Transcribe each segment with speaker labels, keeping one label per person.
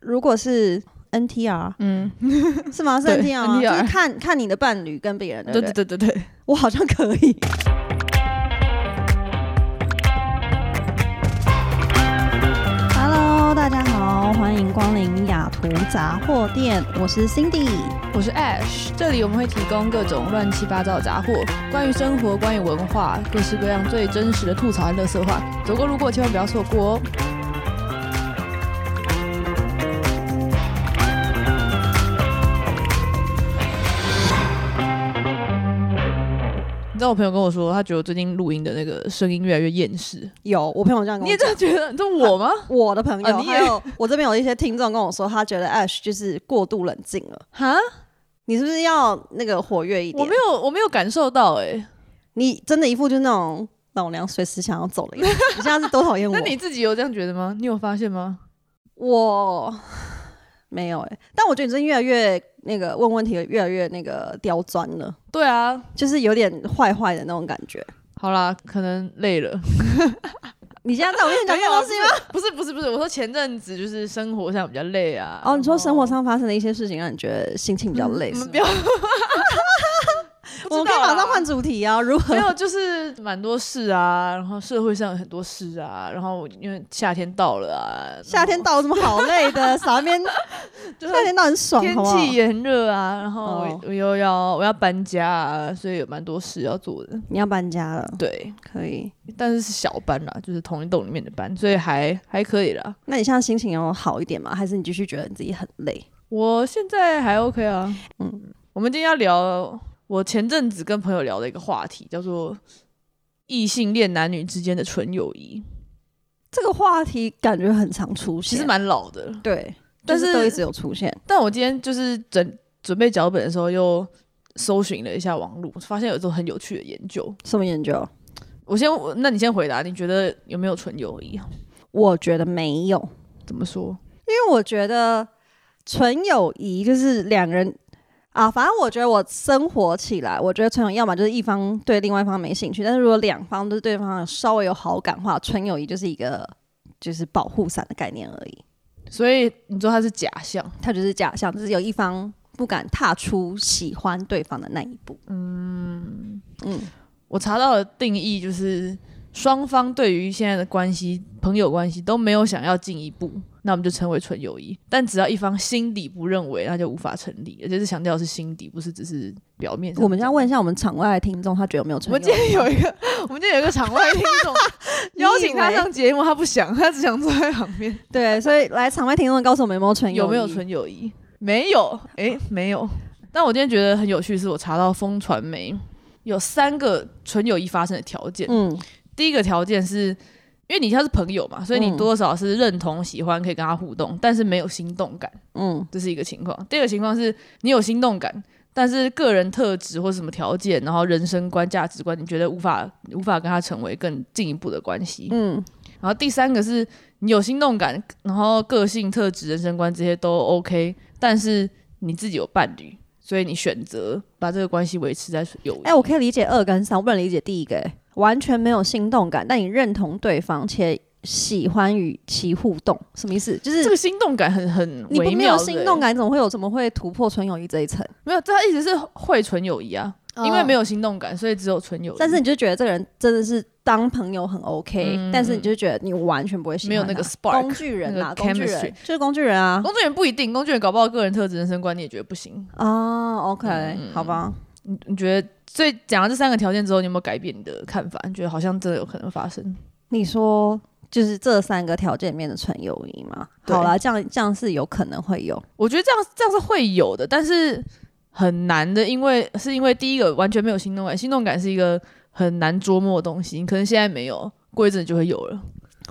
Speaker 1: 如果是 NTR
Speaker 2: 嗯，
Speaker 1: 是吗？是
Speaker 2: 对
Speaker 1: NTR 吗？就
Speaker 2: NTR
Speaker 1: 是看看你的伴侣跟别人，对不
Speaker 2: 对
Speaker 1: 对
Speaker 2: 对？对对对，
Speaker 1: 我好像可以。Hello，大家好，欢迎光临雅图杂货店，我是 Cindy。
Speaker 2: 我是 Ash，这里我们会提供各种乱七八糟的杂货，关于生活，关于文化，各式各样最真实的吐槽和乐色话，走过路过千万不要错过哦。你知道我朋友跟我说，他觉得我最近录音的那个声音越来越厌世。
Speaker 1: 有，我朋友这样跟
Speaker 2: 你
Speaker 1: 我
Speaker 2: 也这
Speaker 1: 讲。
Speaker 2: 样觉得？这我吗？
Speaker 1: 我的朋友，
Speaker 2: 啊你也
Speaker 1: 还有我这边有一些听众跟我说，他觉得 Ash 就是过度冷静了。
Speaker 2: 哈，
Speaker 1: 你是不是要那个活跃一点？
Speaker 2: 我没有，我没有感受到哎、
Speaker 1: 你真的一副就是那种老娘随时想要走了一样。 你现在是多讨厌我？
Speaker 2: 那你自己有这样觉得吗？你有发现吗？
Speaker 1: 我没有哎、但我觉得你最近越来越那个问问题越来越那个刁钻了，
Speaker 2: 对啊，
Speaker 1: 就是有点坏坏的那种感觉。
Speaker 2: 好啦，可能累了。
Speaker 1: 你现在在我面前讲这种东西吗？
Speaker 2: 啊不是不是不是，我说前阵子就是生活上比较累啊。
Speaker 1: 哦，你说生活
Speaker 2: 然后
Speaker 1: 上发生的一些事情让你觉得心情比较累，
Speaker 2: 嗯
Speaker 1: 是
Speaker 2: 嗯
Speaker 1: 吗
Speaker 2: 不要，
Speaker 1: 我们可以马上换主题啊！ 如何
Speaker 2: 没？有，就是蛮多事啊，然后社会上有很多事啊，然后因为夏天到了啊，
Speaker 1: 夏天到有什么好累的？傻边，
Speaker 2: 就是
Speaker 1: 夏天到很爽，
Speaker 2: 天
Speaker 1: 好不好
Speaker 2: 气？也很热啊，然后
Speaker 1: 哦
Speaker 2: 我我又要我要搬家啊，所以有蛮多事要做的。
Speaker 1: 你要搬家了，
Speaker 2: 对，
Speaker 1: 可以。
Speaker 2: 但是是小搬啦，就是同一栋里面的搬，所以还还可以啦。
Speaker 1: 那你现在心情有好一点吗？还是你继续觉得你自己很累？
Speaker 2: 我现在还 OK 啊。
Speaker 1: 嗯
Speaker 2: 嗯，我们今天要聊我前阵子跟朋友聊的一个话题，叫做异性恋男女之间的纯友谊，
Speaker 1: 这个话题感觉很常出现，
Speaker 2: 其实蛮老的。
Speaker 1: 对，但
Speaker 2: 但是
Speaker 1: 是都一直有出现。
Speaker 2: 但我今天就是准准备脚本的时候，又搜寻了一下网络，发现有一种很有趣的研究。
Speaker 1: 什么研究？
Speaker 2: 我先，我那你先回答，你觉得有没有纯友谊？
Speaker 1: 嗯我觉得没有，
Speaker 2: 怎么说？
Speaker 1: 因为我觉得纯友谊就是两个人啊，反正我觉得我生活起来，我觉得纯友谊要么就是一方对另外一方没兴趣，但是如果两方对对方稍微有好感的话，纯友谊就是一个就是保护伞的概念而已，
Speaker 2: 所以你说它是假象，
Speaker 1: 它就是假象，就是有一方不敢踏出喜欢对方的那一步。
Speaker 2: 我查到的定义就是双方对于现在的关系、朋友关系都没有想要进一步，那我们就称为纯友谊。但只要一方心底不认为，那就无法成立。而且是强调的是心底，不是只是表面上。
Speaker 1: 我们要问一，下我们场外的听众，他觉得有没有
Speaker 2: 我
Speaker 1: 纯
Speaker 2: 们今
Speaker 1: 友
Speaker 2: 天
Speaker 1: 谊？
Speaker 2: 有一个，我们今天有一个场外听众
Speaker 1: 你以为
Speaker 2: 邀请他上节目，他不想，他只想坐在旁边。
Speaker 1: 对，所以来场外听众告诉我们有没有纯友谊？
Speaker 2: 有没有？纯友谊？没有，诶，没有。但我今天觉得很有趣，是我查到风传媒有三个纯友谊发生的条件。
Speaker 1: 嗯，
Speaker 2: 第一个条件是，因为你现在是朋友嘛，所以你
Speaker 1: 嗯
Speaker 2: 多少是认同、喜欢，可以跟他互动，但是没有心动感，
Speaker 1: 嗯
Speaker 2: 这是一个情况。第二个情况是你有心动感，但是个人特质或什么条件，然后人生观、价值观，你觉得无法无法跟他成为更进一步的关系。
Speaker 1: 嗯，
Speaker 2: 然后第三个是你有心动感，然后个性特质、人生观这些都 OK，但是你自己有伴侣，所以你选择把这个关系维持在友谊。
Speaker 1: 哎、我可以理解二跟三，我不能理解第一个、哎，完全没有心动感，但你认同对方且喜欢与其互动，什么意思？就
Speaker 2: 这个
Speaker 1: 是
Speaker 2: 心动感很很
Speaker 1: 你不
Speaker 2: 微
Speaker 1: 没
Speaker 2: 妙，欸
Speaker 1: 有
Speaker 2: 对不对
Speaker 1: 心动感，你怎么会有怎么会突破纯友谊这一层？
Speaker 2: 没有，这他意思是会纯友谊啊，因为没
Speaker 1: 有，
Speaker 2: 有心动感，所以只有纯友
Speaker 1: 哦
Speaker 2: 谊。
Speaker 1: 但是你就觉得这个人真的是当朋友很 OK，、
Speaker 2: 嗯
Speaker 1: 但是你就觉得你完全不会喜欢
Speaker 2: 没有那
Speaker 1: 他
Speaker 2: 个 spark，
Speaker 1: 工具人啊，
Speaker 2: 那个
Speaker 1: 工具
Speaker 2: chemistry 哦
Speaker 1: 人就是工具人啊。
Speaker 2: 工作人员不一定，工作人员搞不好个人特质、人生观你也觉得不行。
Speaker 1: 哦，OK，、好
Speaker 2: 嗯
Speaker 1: 吧，
Speaker 2: 你你觉得，所以讲了这三个条件之后，你有没有改变你的看法？你觉得好像真的有可能发生？
Speaker 1: 你说就是这三个条件里面的纯友谊吗？
Speaker 2: 对
Speaker 1: 好啦，这样这样是有可能会有，
Speaker 2: 我觉得这样这样是会有的，但是很难的，因为是因为第一个完全没有心动感，心动感是一个很难捉摸的东西，你可能现在没有，过一阵子就会有了。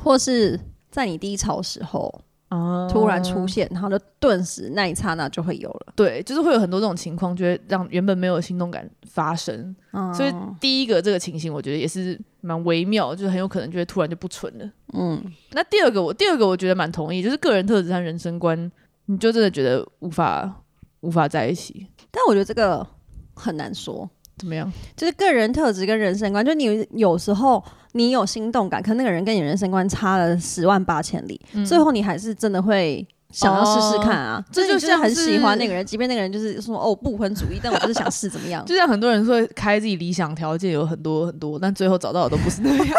Speaker 1: 或是在你低潮时候，
Speaker 2: 啊
Speaker 1: 突然出现，然后就顿时那一刹那就会有了。
Speaker 2: 对，就是会有很多这种情况，就会让原本没有心动感发生。
Speaker 1: 嗯
Speaker 2: 所以第一个这个情形，我觉得也是蛮微妙，就是很有可能就会突然就不纯了。
Speaker 1: 嗯，
Speaker 2: 那第二个我，第二个我觉得蛮同意，就是个人特质和人生观，你就真的觉得无法无法在一起，
Speaker 1: 但我觉得这个很难说，
Speaker 2: 怎么样？
Speaker 1: 就是个人特质跟人生观，就你有时候你
Speaker 2: 嗯
Speaker 1: 有心动感，可那个人跟你人生观差了十万八千里，最后你还是真的会。想要试试看啊。
Speaker 2: 哦这
Speaker 1: 就是你
Speaker 2: 就
Speaker 1: 是
Speaker 2: 像
Speaker 1: 很喜欢
Speaker 2: 是
Speaker 1: 那个人，即便那个人就是说哦不婚主义，但我就是想试怎么样。
Speaker 2: 就像很多人说开自己理想条件有很多很多，但最后找到的都 不是那样。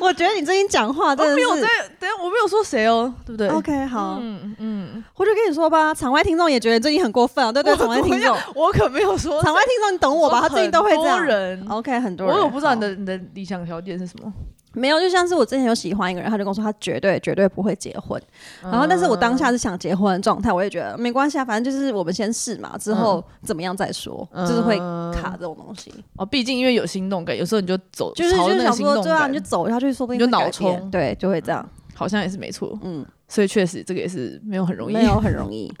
Speaker 1: 我觉得你最近讲话真
Speaker 2: 我
Speaker 1: 的
Speaker 2: 哦没有在
Speaker 1: 是。，
Speaker 2: 等一下我没有说谁哦，对不对
Speaker 1: OK，好，
Speaker 2: 嗯嗯，
Speaker 1: 我就跟你说吧，场外听众也觉得你最近很过分啊，对对，场外听众，
Speaker 2: 我可没有 说
Speaker 1: 场外听众你懂我吧？他最近都会这
Speaker 2: 很多
Speaker 1: 样。
Speaker 2: 人
Speaker 1: OK，很多人，
Speaker 2: 我有不知道你
Speaker 1: 好
Speaker 2: 的你的理想条件是什么，
Speaker 1: 没有，就像是我之前有喜欢一个人，他就跟我说他绝对绝对不会结婚，
Speaker 2: 啊
Speaker 1: 然后但是我当下是想结婚的状态，我也觉得没关系啊，反正就是我们先试嘛，之后怎么样再说，
Speaker 2: 嗯
Speaker 1: 就是会卡这种东西，
Speaker 2: 哦，毕竟因为有心动感，有时候你就走，
Speaker 1: 就是
Speaker 2: 朝
Speaker 1: 就
Speaker 2: 着
Speaker 1: 是
Speaker 2: 那个
Speaker 1: 想
Speaker 2: 心
Speaker 1: 说
Speaker 2: 动
Speaker 1: 对啊，
Speaker 2: 感，
Speaker 1: 你就走下去，说不定
Speaker 2: 你就
Speaker 1: 会改
Speaker 2: 脑
Speaker 1: 变
Speaker 2: 冲
Speaker 1: 对，就会这样，
Speaker 2: 好像也是没错，
Speaker 1: 嗯，
Speaker 2: 所以确实这个也是没有很容易。
Speaker 1: 没有很容易，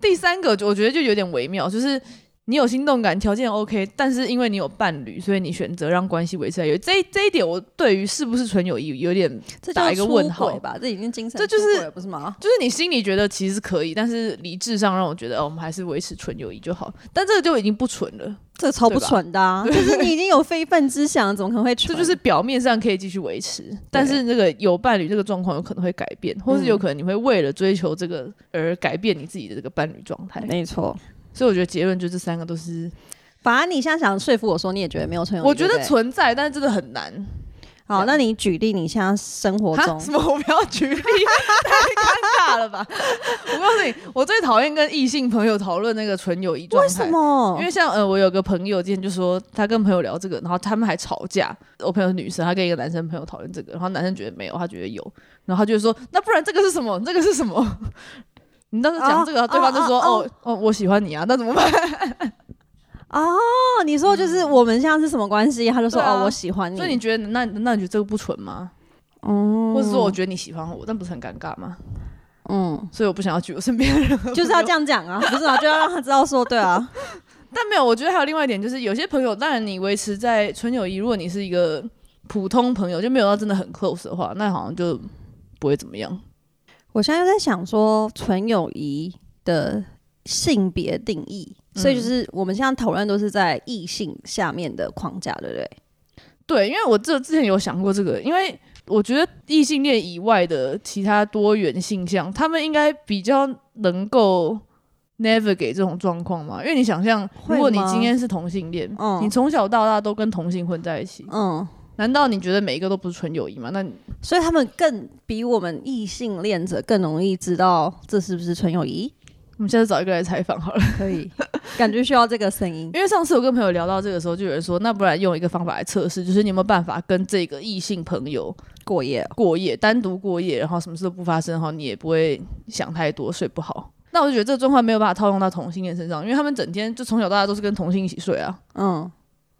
Speaker 2: 第三个，我觉得就有点微妙，就是你有心动感，条件 OK，但是因为你有伴侣，所以你选择让关系维持下去。这一这一点，我对于是不是纯友谊有点，就
Speaker 1: 这
Speaker 2: 打
Speaker 1: 就
Speaker 2: 一
Speaker 1: 是
Speaker 2: 个
Speaker 1: 出
Speaker 2: 问号
Speaker 1: 轨吧，这已经精神
Speaker 2: 这就是
Speaker 1: 出轨了不是吗？
Speaker 2: 是你心里觉得其实是可以，但是理智上让我觉得，哦，我们还是维持纯友谊就好。但这个就已经不纯了，
Speaker 1: 这超不
Speaker 2: 对吧
Speaker 1: 蠢的、啊，就是你已经有非分之想，怎么可能会蠢？
Speaker 2: 这就是表面上可以继续维持，但是这个有伴侣这个状况有可能会改变，或是有可能你会为了追求这个而改变你自己的这个伴侣状态。
Speaker 1: 没错。
Speaker 2: 所以我觉得结论就这三个都是，
Speaker 1: 反而你现在想说服我说你也觉得没有纯友谊，
Speaker 2: 我觉
Speaker 1: 对
Speaker 2: 得
Speaker 1: 不对
Speaker 2: 存在，但是真的很难。
Speaker 1: 好，那你举例你现在生活
Speaker 2: 哈
Speaker 1: 中
Speaker 2: 什么？我 不要举例，太尴尬了吧？ 我告诉你，我最讨厌跟异性朋友讨论那个纯友谊状态。
Speaker 1: 为什么？
Speaker 2: 因为像呃，我有个朋友之前就说，他跟朋友聊这个，然后他们还吵架。我朋友是女生，她跟一个男生朋友讨论这个，然后男生觉得没有，他觉得有，然后他就说，那不然这个是什么？这个是什么？ 你当时讲这个，
Speaker 1: 哦
Speaker 2: 对方就说，
Speaker 1: 哦
Speaker 2: 哦哦我喜欢你啊，那怎么办？
Speaker 1: 哦，你说就是我们现在是什么关系？他就说、
Speaker 2: 嗯对啊
Speaker 1: 哦，我喜欢你
Speaker 2: 所以。你觉得，那那你觉得这个不纯吗？
Speaker 1: 嗯
Speaker 2: 或者说，我觉得你喜欢我，但不是很尴尬吗？
Speaker 1: 嗯，
Speaker 2: 所以我不想要举我身边的 人，
Speaker 1: 就是要这样讲 啊，不是啊，就要让他知道说，对啊，
Speaker 2: 但没有，我觉得还有另外一点，就是有些朋友，当然你维持在纯友谊，如果你是一个普通朋友，就没有到真的很 close 的话，那好像就不会怎么样。
Speaker 1: 我现在又在想说纯友谊的性别定义，
Speaker 2: 嗯
Speaker 1: 所以就是我们现在讨论都是在异性下面的框架，对不对？
Speaker 2: 对，因为我这之前有想过这个，因为我觉得异性恋以外的其他多元性向，他们应该比较能够 never 给这种状况嘛。因为你想象，
Speaker 1: 会
Speaker 2: 如果你
Speaker 1: 吗
Speaker 2: 今天是同性恋，
Speaker 1: 嗯
Speaker 2: 你从小到大都跟同性混在一起，
Speaker 1: 嗯，
Speaker 2: 难道你觉得每一个都不是纯友谊吗？那你
Speaker 1: 所以他们更比我们异性恋者更容易知道这是不是纯友谊，
Speaker 2: 我们下次找一个来采访好了。
Speaker 1: 可以，感觉需要这个声音。
Speaker 2: 因为上次我跟朋友聊到这个时候，就有人说，那不然用一个方法来测试，就是你有没有办法跟这个异性朋友
Speaker 1: 过夜哦
Speaker 2: 过夜，单独过夜，然后什么事都不发生，然后你也不会想太多，睡不好。 那我就觉得这个状况没有办法套用到同性恋身上，因为他们整天就从小到大都是跟同性一起睡啊，
Speaker 1: 嗯，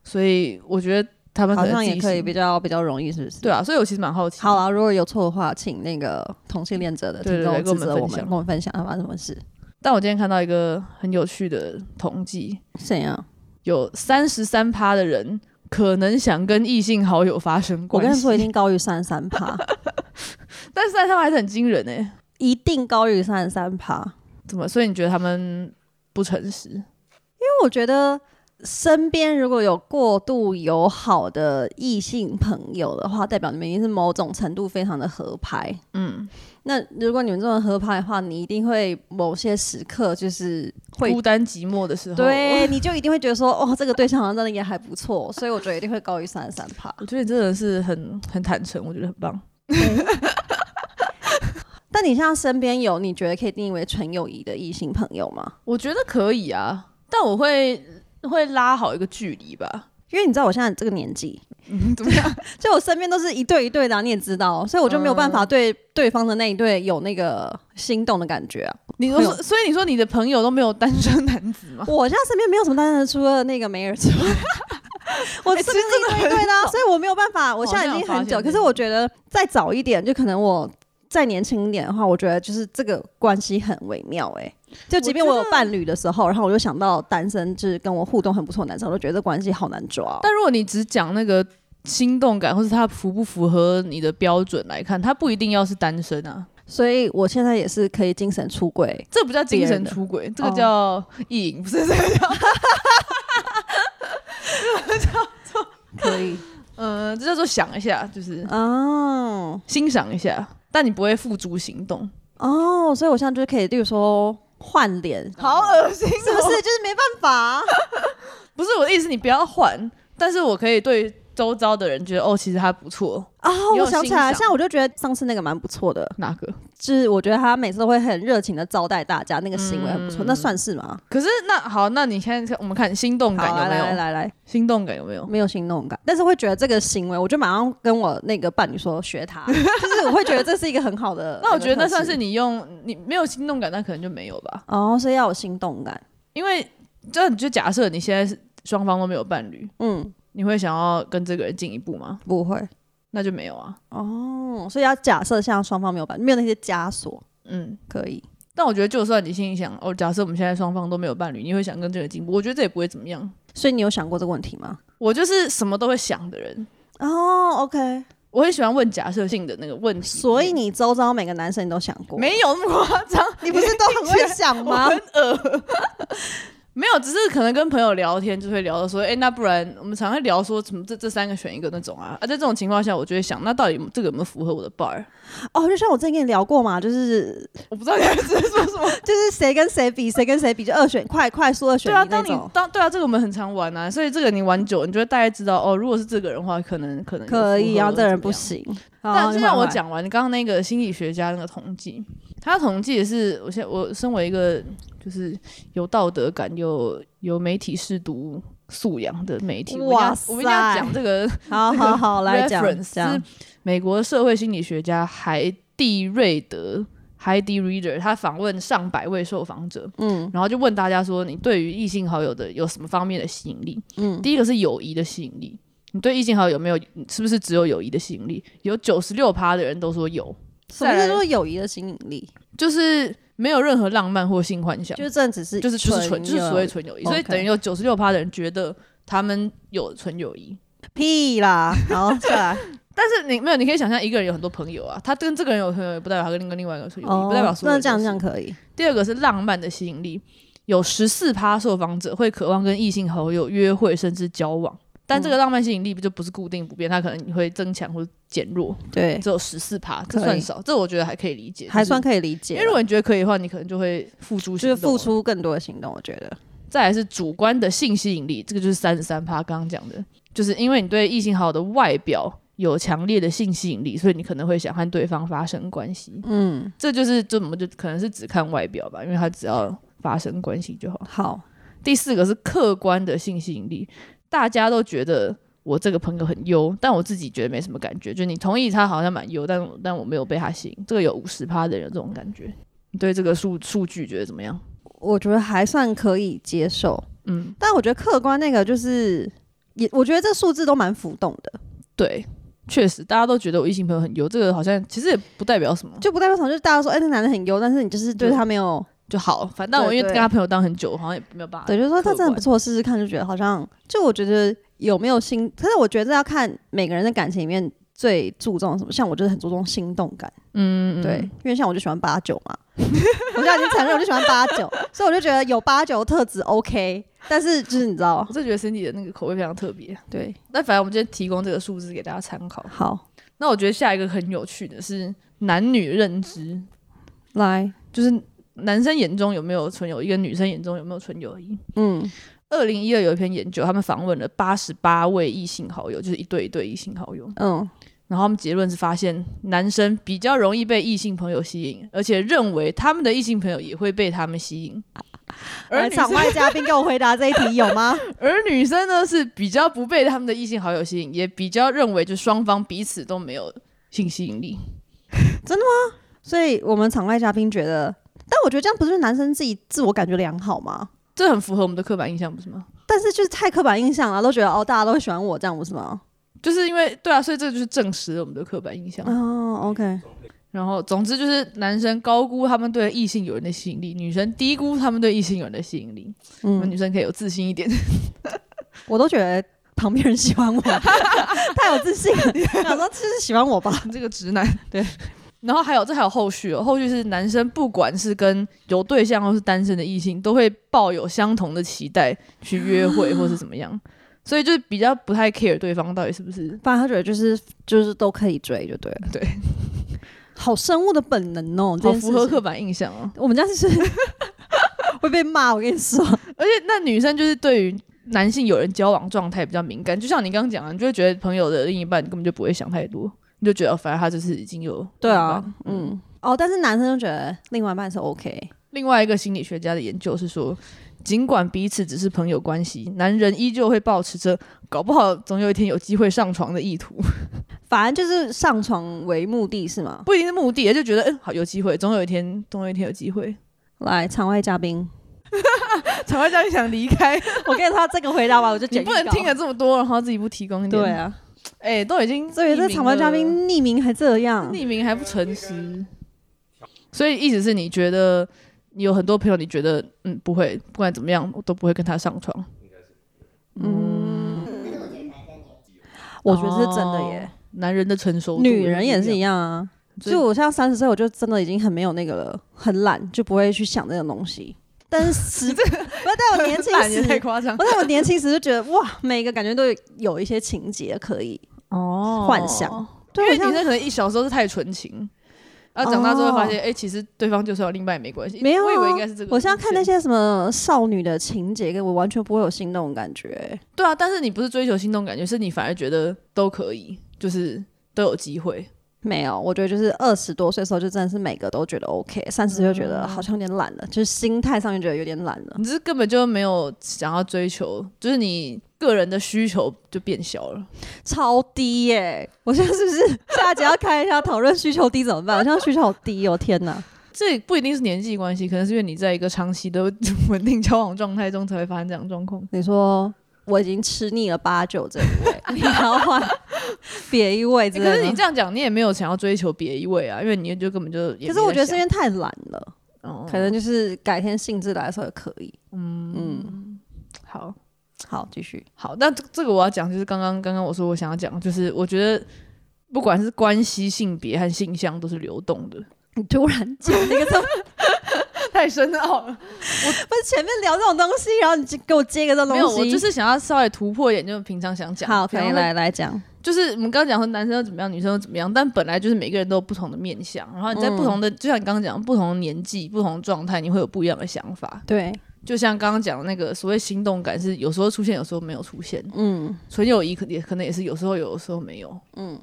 Speaker 2: 所以我觉得他们
Speaker 1: 好
Speaker 2: 能
Speaker 1: 像
Speaker 2: 自
Speaker 1: 也
Speaker 2: 己
Speaker 1: 可以
Speaker 2: 心
Speaker 1: 比较比较容易，是不是？
Speaker 2: 对啊，所以我其实蛮好奇。
Speaker 1: 好了，如果有错的话，请那个同性恋者的
Speaker 2: 对
Speaker 1: 听
Speaker 2: 对
Speaker 1: 众
Speaker 2: 对跟我
Speaker 1: 指
Speaker 2: 们
Speaker 1: 责
Speaker 2: 分
Speaker 1: 我们，
Speaker 2: 享
Speaker 1: 跟我们分享他发生什么事。
Speaker 2: 但我今天看到一个很有趣的统计，
Speaker 1: 怎样？
Speaker 2: 有三十三趴的人可能想跟异性好友发生
Speaker 1: 我
Speaker 2: 关系，
Speaker 1: 跟你说，一定高于三十三趴，
Speaker 2: 但是他们还是很惊人哎、
Speaker 1: 一定高于三十三趴。因
Speaker 2: 怎么？所以你觉得他们不诚实？
Speaker 1: 为我觉得身边如果有过度友好的异性朋友的话，代表你们一定是某种程度非常的合拍。
Speaker 2: 嗯，
Speaker 1: 那如果你们这种合拍的话，你一定会某些时刻就是会
Speaker 2: 孤单寂寞的时候，
Speaker 1: 对， 你就一定会觉得说，哦，这个对象好像真的也还不错，所以我觉得一定会高于三十三趴。
Speaker 2: 我觉得你真的是很很坦诚，我觉得很 棒。
Speaker 1: 但你现在身边有你觉得可以定义为纯友谊的异性朋友吗？
Speaker 2: 我觉得可以啊，但我会会拉好一个距离吧。
Speaker 1: 因为你知道我现在这个年纪，
Speaker 2: 嗯，怎么样？
Speaker 1: 就我身边都是一对一对的啊、你也知道，所以我就没有
Speaker 2: 嗯
Speaker 1: 办法对对方的那一对有那个心动的感觉啊。
Speaker 2: 你说，所以你说你的朋友都没有单身男子吗？
Speaker 1: 我现在身边没有什么单身的，除了那个梅尔之外， 我身边是一对一对的啊、
Speaker 2: 哎真的很少
Speaker 1: 所以我没有办法。我现在已经很久，可是我觉得再早一点，就可能我再年轻一点的话，我觉得就是这个关系很微妙哎、就即便我有伴侣的时候，然后我就想到单身就是跟我互动很不错的男生，我就觉得这关系好难抓哦、
Speaker 2: 但如果你只讲那个心动感，或是他符不符合你的标准来看，他不一定要是单身啊。
Speaker 1: 所以我现在也是可以精神出轨，
Speaker 2: 这不叫精
Speaker 1: 别
Speaker 2: 神
Speaker 1: 人的哦
Speaker 2: 出轨，这个叫意淫，不 是这个叫
Speaker 1: 可以
Speaker 2: 呃，这叫做想一下，就是
Speaker 1: 哦。
Speaker 2: 欣赏一下，但你不会付诸行动。
Speaker 1: 哦，所以我现在就是可以，例如说换脸，
Speaker 2: 好恶心、哦
Speaker 1: 是不是？？就是没办法啊、
Speaker 2: 不是我的意思，你不要换，但是我可以对周遭的人觉得，哦，其实他不错。
Speaker 1: 啊、
Speaker 2: 你有
Speaker 1: 我想起
Speaker 2: 欣
Speaker 1: 来，
Speaker 2: 赏
Speaker 1: 像我就觉得上次那个蛮不错的，
Speaker 2: 哪个？
Speaker 1: 就是我觉得他每次都会很热情的招待大家，那个行为很不错，那
Speaker 2: 嗯
Speaker 1: 算是吗？
Speaker 2: 可是那好，那你现在看我们看心动
Speaker 1: 好
Speaker 2: 感
Speaker 1: 啊，
Speaker 2: 有没
Speaker 1: 来
Speaker 2: 有？
Speaker 1: 来来来，
Speaker 2: 心动感有没有？。
Speaker 1: 没有心动感，但是会觉得这个行为，我就马上跟我那个伴侣说学他，就是我会觉得这是一个很好的
Speaker 2: 那我觉得那
Speaker 1: 个特
Speaker 2: 算
Speaker 1: 质
Speaker 2: 是你用你没有心动感，那可能就没有吧。
Speaker 1: 哦，所以要有心动感，
Speaker 2: 因为这你就假设你现在是双方都没有伴侣，
Speaker 1: 嗯，
Speaker 2: 你会想要跟这个人进一步吗？
Speaker 1: 不会
Speaker 2: 那就没有啊。
Speaker 1: 哦，所以要假设像双方没有办，没有那些枷锁，
Speaker 2: 嗯，
Speaker 1: 可以
Speaker 2: 但我觉得就算你心里想哦，假设我们现在双方都没有伴侣，你会想跟这个人进一步，我觉得这也不会怎么样。
Speaker 1: 所以你有想过这个问题吗？
Speaker 2: 我就是什么都会想的人，
Speaker 1: 哦，OK，
Speaker 2: 我很喜欢问假设性的那个问题。
Speaker 1: 所以你周遭每个男生你都想过？，
Speaker 2: 没有那么夸张，
Speaker 1: 你不是都很会 想
Speaker 2: 我
Speaker 1: 吗
Speaker 2: 很？恶。 没有，只是可能跟朋友聊天就会聊到说，哎、那不然我们常会聊说什么这这三个选一个那种啊啊，在这种情况下，我就会想，那到底这个有没有符合我的 bar？
Speaker 1: 哦，就像我之前跟你聊过嘛，就是
Speaker 2: 我不知道你在说什 么。
Speaker 1: 就是谁跟谁比，谁跟谁比，就二选快快速二选
Speaker 2: 对
Speaker 1: 一
Speaker 2: 啊，
Speaker 1: 那
Speaker 2: 当你
Speaker 1: 种。
Speaker 2: 当对啊，这个我们很常玩啊，所以这个你玩久，你就会大概知道哦，如果是这个人的话，可能可能有
Speaker 1: 可以，
Speaker 2: 符合
Speaker 1: 然后这个人
Speaker 2: 怎么
Speaker 1: 不
Speaker 2: 样。
Speaker 1: 行。 好
Speaker 2: 但就
Speaker 1: 你
Speaker 2: 像
Speaker 1: 慢
Speaker 2: 我
Speaker 1: 慢
Speaker 2: 讲完刚刚那个心理学家那个统计，他统计的是，我现在我身为一个就是有道德感、有有媒体适度素养的媒体，我一定要
Speaker 1: 哇塞
Speaker 2: 我一定要讲这个
Speaker 1: 好好好，来讲
Speaker 2: reference
Speaker 1: 讲
Speaker 2: 是美国社会心理学家海蒂瑞德 （Heidi Reader），他访问上百位受访者，
Speaker 1: 嗯
Speaker 2: 然后就问大家说，你对于异性好友的有什么方面的吸引力？
Speaker 1: 嗯
Speaker 2: 第一个是友谊的吸引力，你对异性好友有没有？是不是只有友谊的吸引力？有九十六趴的人都说有，
Speaker 1: 什么
Speaker 2: 再来
Speaker 1: 叫做友谊的吸引力？
Speaker 2: 就是没有任何浪漫或性幻想，
Speaker 1: 就是真的只是
Speaker 2: 就是就是纯就是所谓
Speaker 1: 友
Speaker 2: 纯友谊，
Speaker 1: OK
Speaker 2: 所以等于有九十六趴的人觉得他们有纯友谊。
Speaker 1: 屁啦，然后再 来
Speaker 2: 但是你没有，你可以想象一个人有很多朋友啊，他跟这个人有朋友，也不代表他跟跟另外一个人有友谊，
Speaker 1: 哦
Speaker 2: 不代表所有
Speaker 1: 那
Speaker 2: 人
Speaker 1: 这样这
Speaker 2: 都是
Speaker 1: 样可以
Speaker 2: 第二个是浪漫的吸引力，有十四趴受访者会渴望跟异性好友约会甚至交往，
Speaker 1: 嗯
Speaker 2: 但这个浪漫吸引力不就不是固定不变，它可能你会增强或减弱，
Speaker 1: 对，
Speaker 2: 只有十四趴，
Speaker 1: 哎可
Speaker 2: 这
Speaker 1: 以
Speaker 2: 算少，这我觉得还可以理解，
Speaker 1: 还算
Speaker 2: 就是
Speaker 1: 可以理解
Speaker 2: 因
Speaker 1: 啦。
Speaker 2: 为如果你觉得可以的话，你可能就会付出
Speaker 1: 就是
Speaker 2: 行动啊
Speaker 1: 付
Speaker 2: 了。
Speaker 1: 出更多的行动，我觉得
Speaker 2: 再来是主观的性吸引力，这个就是三十三趴刚刚讲的，就是因为你对异性好友的外表有强烈的性吸引力，所以你可能会想和对方发生关系。
Speaker 1: 嗯
Speaker 2: 这就是就我们就可能是只看外表吧，因为他只要发生关系就好。
Speaker 1: 好
Speaker 2: 第四个是客观的性吸引力，大家都觉得我这个朋友很优，但我自己觉得没什么感觉。就你同意他好像蛮优，但但我没有被他吸引，这个有五十趴的人有这种感觉。你对这个数数据觉得怎么样？
Speaker 1: 我觉得还算可以接受，
Speaker 2: 嗯，
Speaker 1: 但我觉得客观那个就是也，我觉得这数字都蛮浮动的，
Speaker 2: 对，确实大家都觉得我异性朋友很优，这个好像其实也不代表什么，
Speaker 1: 就不代表什么，就是大家说哎、那男的很优，但是你就是对
Speaker 2: 对
Speaker 1: 他没有
Speaker 2: 就好。反正我
Speaker 1: 对
Speaker 2: 因为
Speaker 1: 对
Speaker 2: 跟他朋友当很久，好像也没有办法。
Speaker 1: 对，就是说他
Speaker 2: 啊客
Speaker 1: 真的不
Speaker 2: 观
Speaker 1: 错，试试看就觉得好像，就我觉得有没有心，但是我觉得要看每个人的感情里面最注重什么。像我就是很注重心动感，
Speaker 2: 嗯，嗯
Speaker 1: 对，，因为像我就喜欢八九嘛， 我现在已经承认我就喜欢八九，所以我就觉得有八九特质 OK，但是就是你知道
Speaker 2: 我，就觉得 Cindy 的那个口味非常特别。
Speaker 1: 对，
Speaker 2: 但反正我们今天提供这个数字给大家参考。
Speaker 1: 好，
Speaker 2: 那我觉得下一个很有趣的是男女认知，
Speaker 1: 来，
Speaker 2: 就是男生眼中有没有纯友谊，跟女生眼中有没有纯友谊。
Speaker 1: 嗯，
Speaker 2: 二零一二有一篇研究，他们访问了八十八位异性好友，就是一对一对异性好友，
Speaker 1: 嗯，
Speaker 2: 然后他们结论是发现男生比较容易被异性朋友吸引，而且认为他们的异性朋友也会被他们 吸引，而
Speaker 1: 来
Speaker 2: 女生
Speaker 1: 场外嘉宾给我回答这一题有吗？
Speaker 2: 而女生呢是比较不被他们的异性好友吸引，也比较认为就双方彼此都没有性吸引力。
Speaker 1: 所以我们场外嘉宾觉得，但我觉得这样不是男生自己自我感觉良好吗？
Speaker 2: 这很符合我们的刻板印象，不是吗？
Speaker 1: 但是就是太刻板印象了，都觉得哦，大家都会喜欢我这样，不是 吗？
Speaker 2: 就是因为对啊，所以这就是证实了我们的刻板印象。
Speaker 1: 哦，OK，
Speaker 2: 然后，总之就是男生高估他们对异性友人的吸引力，女生低估他们对异性友人的吸引力。我们
Speaker 1: 嗯，
Speaker 2: 女生可以有自信一点，
Speaker 1: 我都觉得旁边人喜欢我，太有自 信了，想说就是喜欢我吧。
Speaker 2: 这个直男 对。然后还有这还有后续哦，后续是男生不管是跟有对象或是单身的异性，都会抱有相同的期待去约会或是怎么样，所以就是比较不太 care 对方到底是不是
Speaker 1: 反正他觉得就是就是都可以追，就对了。
Speaker 2: 对，
Speaker 1: 好生物的本能哦，这
Speaker 2: 好
Speaker 1: 件
Speaker 2: 符
Speaker 1: 事
Speaker 2: 合
Speaker 1: 情
Speaker 2: 刻板印象哦。
Speaker 1: 我们家是 会被骂，我跟你说，
Speaker 2: 而且那女生就是对于男性有人交往状态比较敏感，就像你刚刚讲的，你就会觉得朋友的另一半根本就不会想太多，你就觉得哦反正他就是已经有
Speaker 1: 对
Speaker 2: 另一
Speaker 1: 啊
Speaker 2: 半，
Speaker 1: 嗯，哦，但是男生就觉得另外一半是 OK，
Speaker 2: 另外一个心理学家的研究是说，尽管彼此只是朋友关系，男人依旧会保持着搞不好总有一天有机会上床的意图，
Speaker 1: 反正就是上床为目的是吗？
Speaker 2: 不一定是目的，就觉得嗯好有机会，总有一天， 总有一天有机会。
Speaker 1: 来，场外嘉 宾，
Speaker 2: 才会叫你想离 开，
Speaker 1: 我跟你说他这个回答吧，我就
Speaker 2: 你
Speaker 1: 剪
Speaker 2: 不能
Speaker 1: 预告
Speaker 2: 听了这么多，然后自己不提供一点。
Speaker 1: 对，啊，
Speaker 2: 哎、都已经
Speaker 1: 所以这场外嘉
Speaker 2: 匿名了
Speaker 1: 宾匿名还这样，
Speaker 2: 匿名还不诚实，所以意思是你觉得你有很多朋友，你觉得嗯不会，不管怎么样我都不会跟他上床。
Speaker 1: 嗯我觉得是真的耶
Speaker 2: 哦。男人的成熟度
Speaker 1: 女人也是一
Speaker 2: 样，
Speaker 1: 样啊，
Speaker 2: 所以
Speaker 1: 就我像三十岁，我就真的已经很没有那个了，很懒，就不会去想这种东西。但是 十，不是在我年轻
Speaker 2: 懒也太
Speaker 1: 时，
Speaker 2: 夸张
Speaker 1: 我在我年轻时就觉得哇，每个感觉都有一些情节可以。
Speaker 2: 哦
Speaker 1: 幻想
Speaker 2: 因
Speaker 1: 对，
Speaker 2: 为
Speaker 1: 我
Speaker 2: 女
Speaker 1: 像哦
Speaker 2: 生可能一小时候是太纯情，然后长大之后会发现，哎、其实对方就算有另一半也没关系。
Speaker 1: 没有啊
Speaker 2: 我以为应该是这个路线。
Speaker 1: 我现在看那些什么少女的情节，跟我完全不会有心动的感觉。
Speaker 2: 对啊，但是你不是追求心动感觉，是你反而觉得都可以，就是都有机会。
Speaker 1: 没有，我觉得就是二十多岁的时候，就真的是每个都觉得 OK，三十岁就觉得好像有点懒
Speaker 2: 嗯
Speaker 1: 了，就是心态上面觉得有点懒了。
Speaker 2: 你这根本就没有想要追求，就是你个人的需求就变小了。
Speaker 1: 超低耶、我现在是不 是下集要开一下讨论需求低怎么办？我现在需求好低哦，天哪！
Speaker 2: 这不一定是年纪关系，可能是因为你在一个长期的 稳定交往状态中才会发生这样的状况。
Speaker 1: 你说我已经吃腻了八九这一位， 你还要换别一位
Speaker 2: 欸
Speaker 1: 之
Speaker 2: 可是
Speaker 1: 类
Speaker 2: 你
Speaker 1: 的吗？
Speaker 2: 这样讲，你也没有想要追求别一位啊，因为你就根本就也没在想。
Speaker 1: 可是我觉得是因为太懒了，
Speaker 2: 哦
Speaker 1: 可能就是改天兴致来的时候也可以。
Speaker 2: 嗯
Speaker 1: 嗯
Speaker 2: 好
Speaker 1: 好，继续。
Speaker 2: 好，那这这个我要讲，就是刚刚刚刚我说我想要讲，就是我觉得不管是关系、性别和性向都是流动的，
Speaker 1: 你突然讲那个这么，
Speaker 2: 太深奥了。
Speaker 1: 不是前面聊这种东西，然后你就给我接个这种东
Speaker 2: 没
Speaker 1: 西，
Speaker 2: 有，我就是想要稍微突破一点，就是平常想讲。
Speaker 1: 好，可
Speaker 2: 比
Speaker 1: 以
Speaker 2: 方说
Speaker 1: 来来讲。
Speaker 2: 就是我们刚刚讲说男生又怎么样，女生又怎么样，但本来就是每个人都有不同的面相，然后你在
Speaker 1: 嗯
Speaker 2: 不同的，就像你刚刚讲，不同的年纪、不同的状态，你会有不一样的想法。
Speaker 1: 对，
Speaker 2: 就像刚刚讲的那个所谓心动感，是有时候出现，有时候没有出现。
Speaker 1: 嗯，
Speaker 2: 纯友谊可也可能也是有时候有，有时候没有。嗯，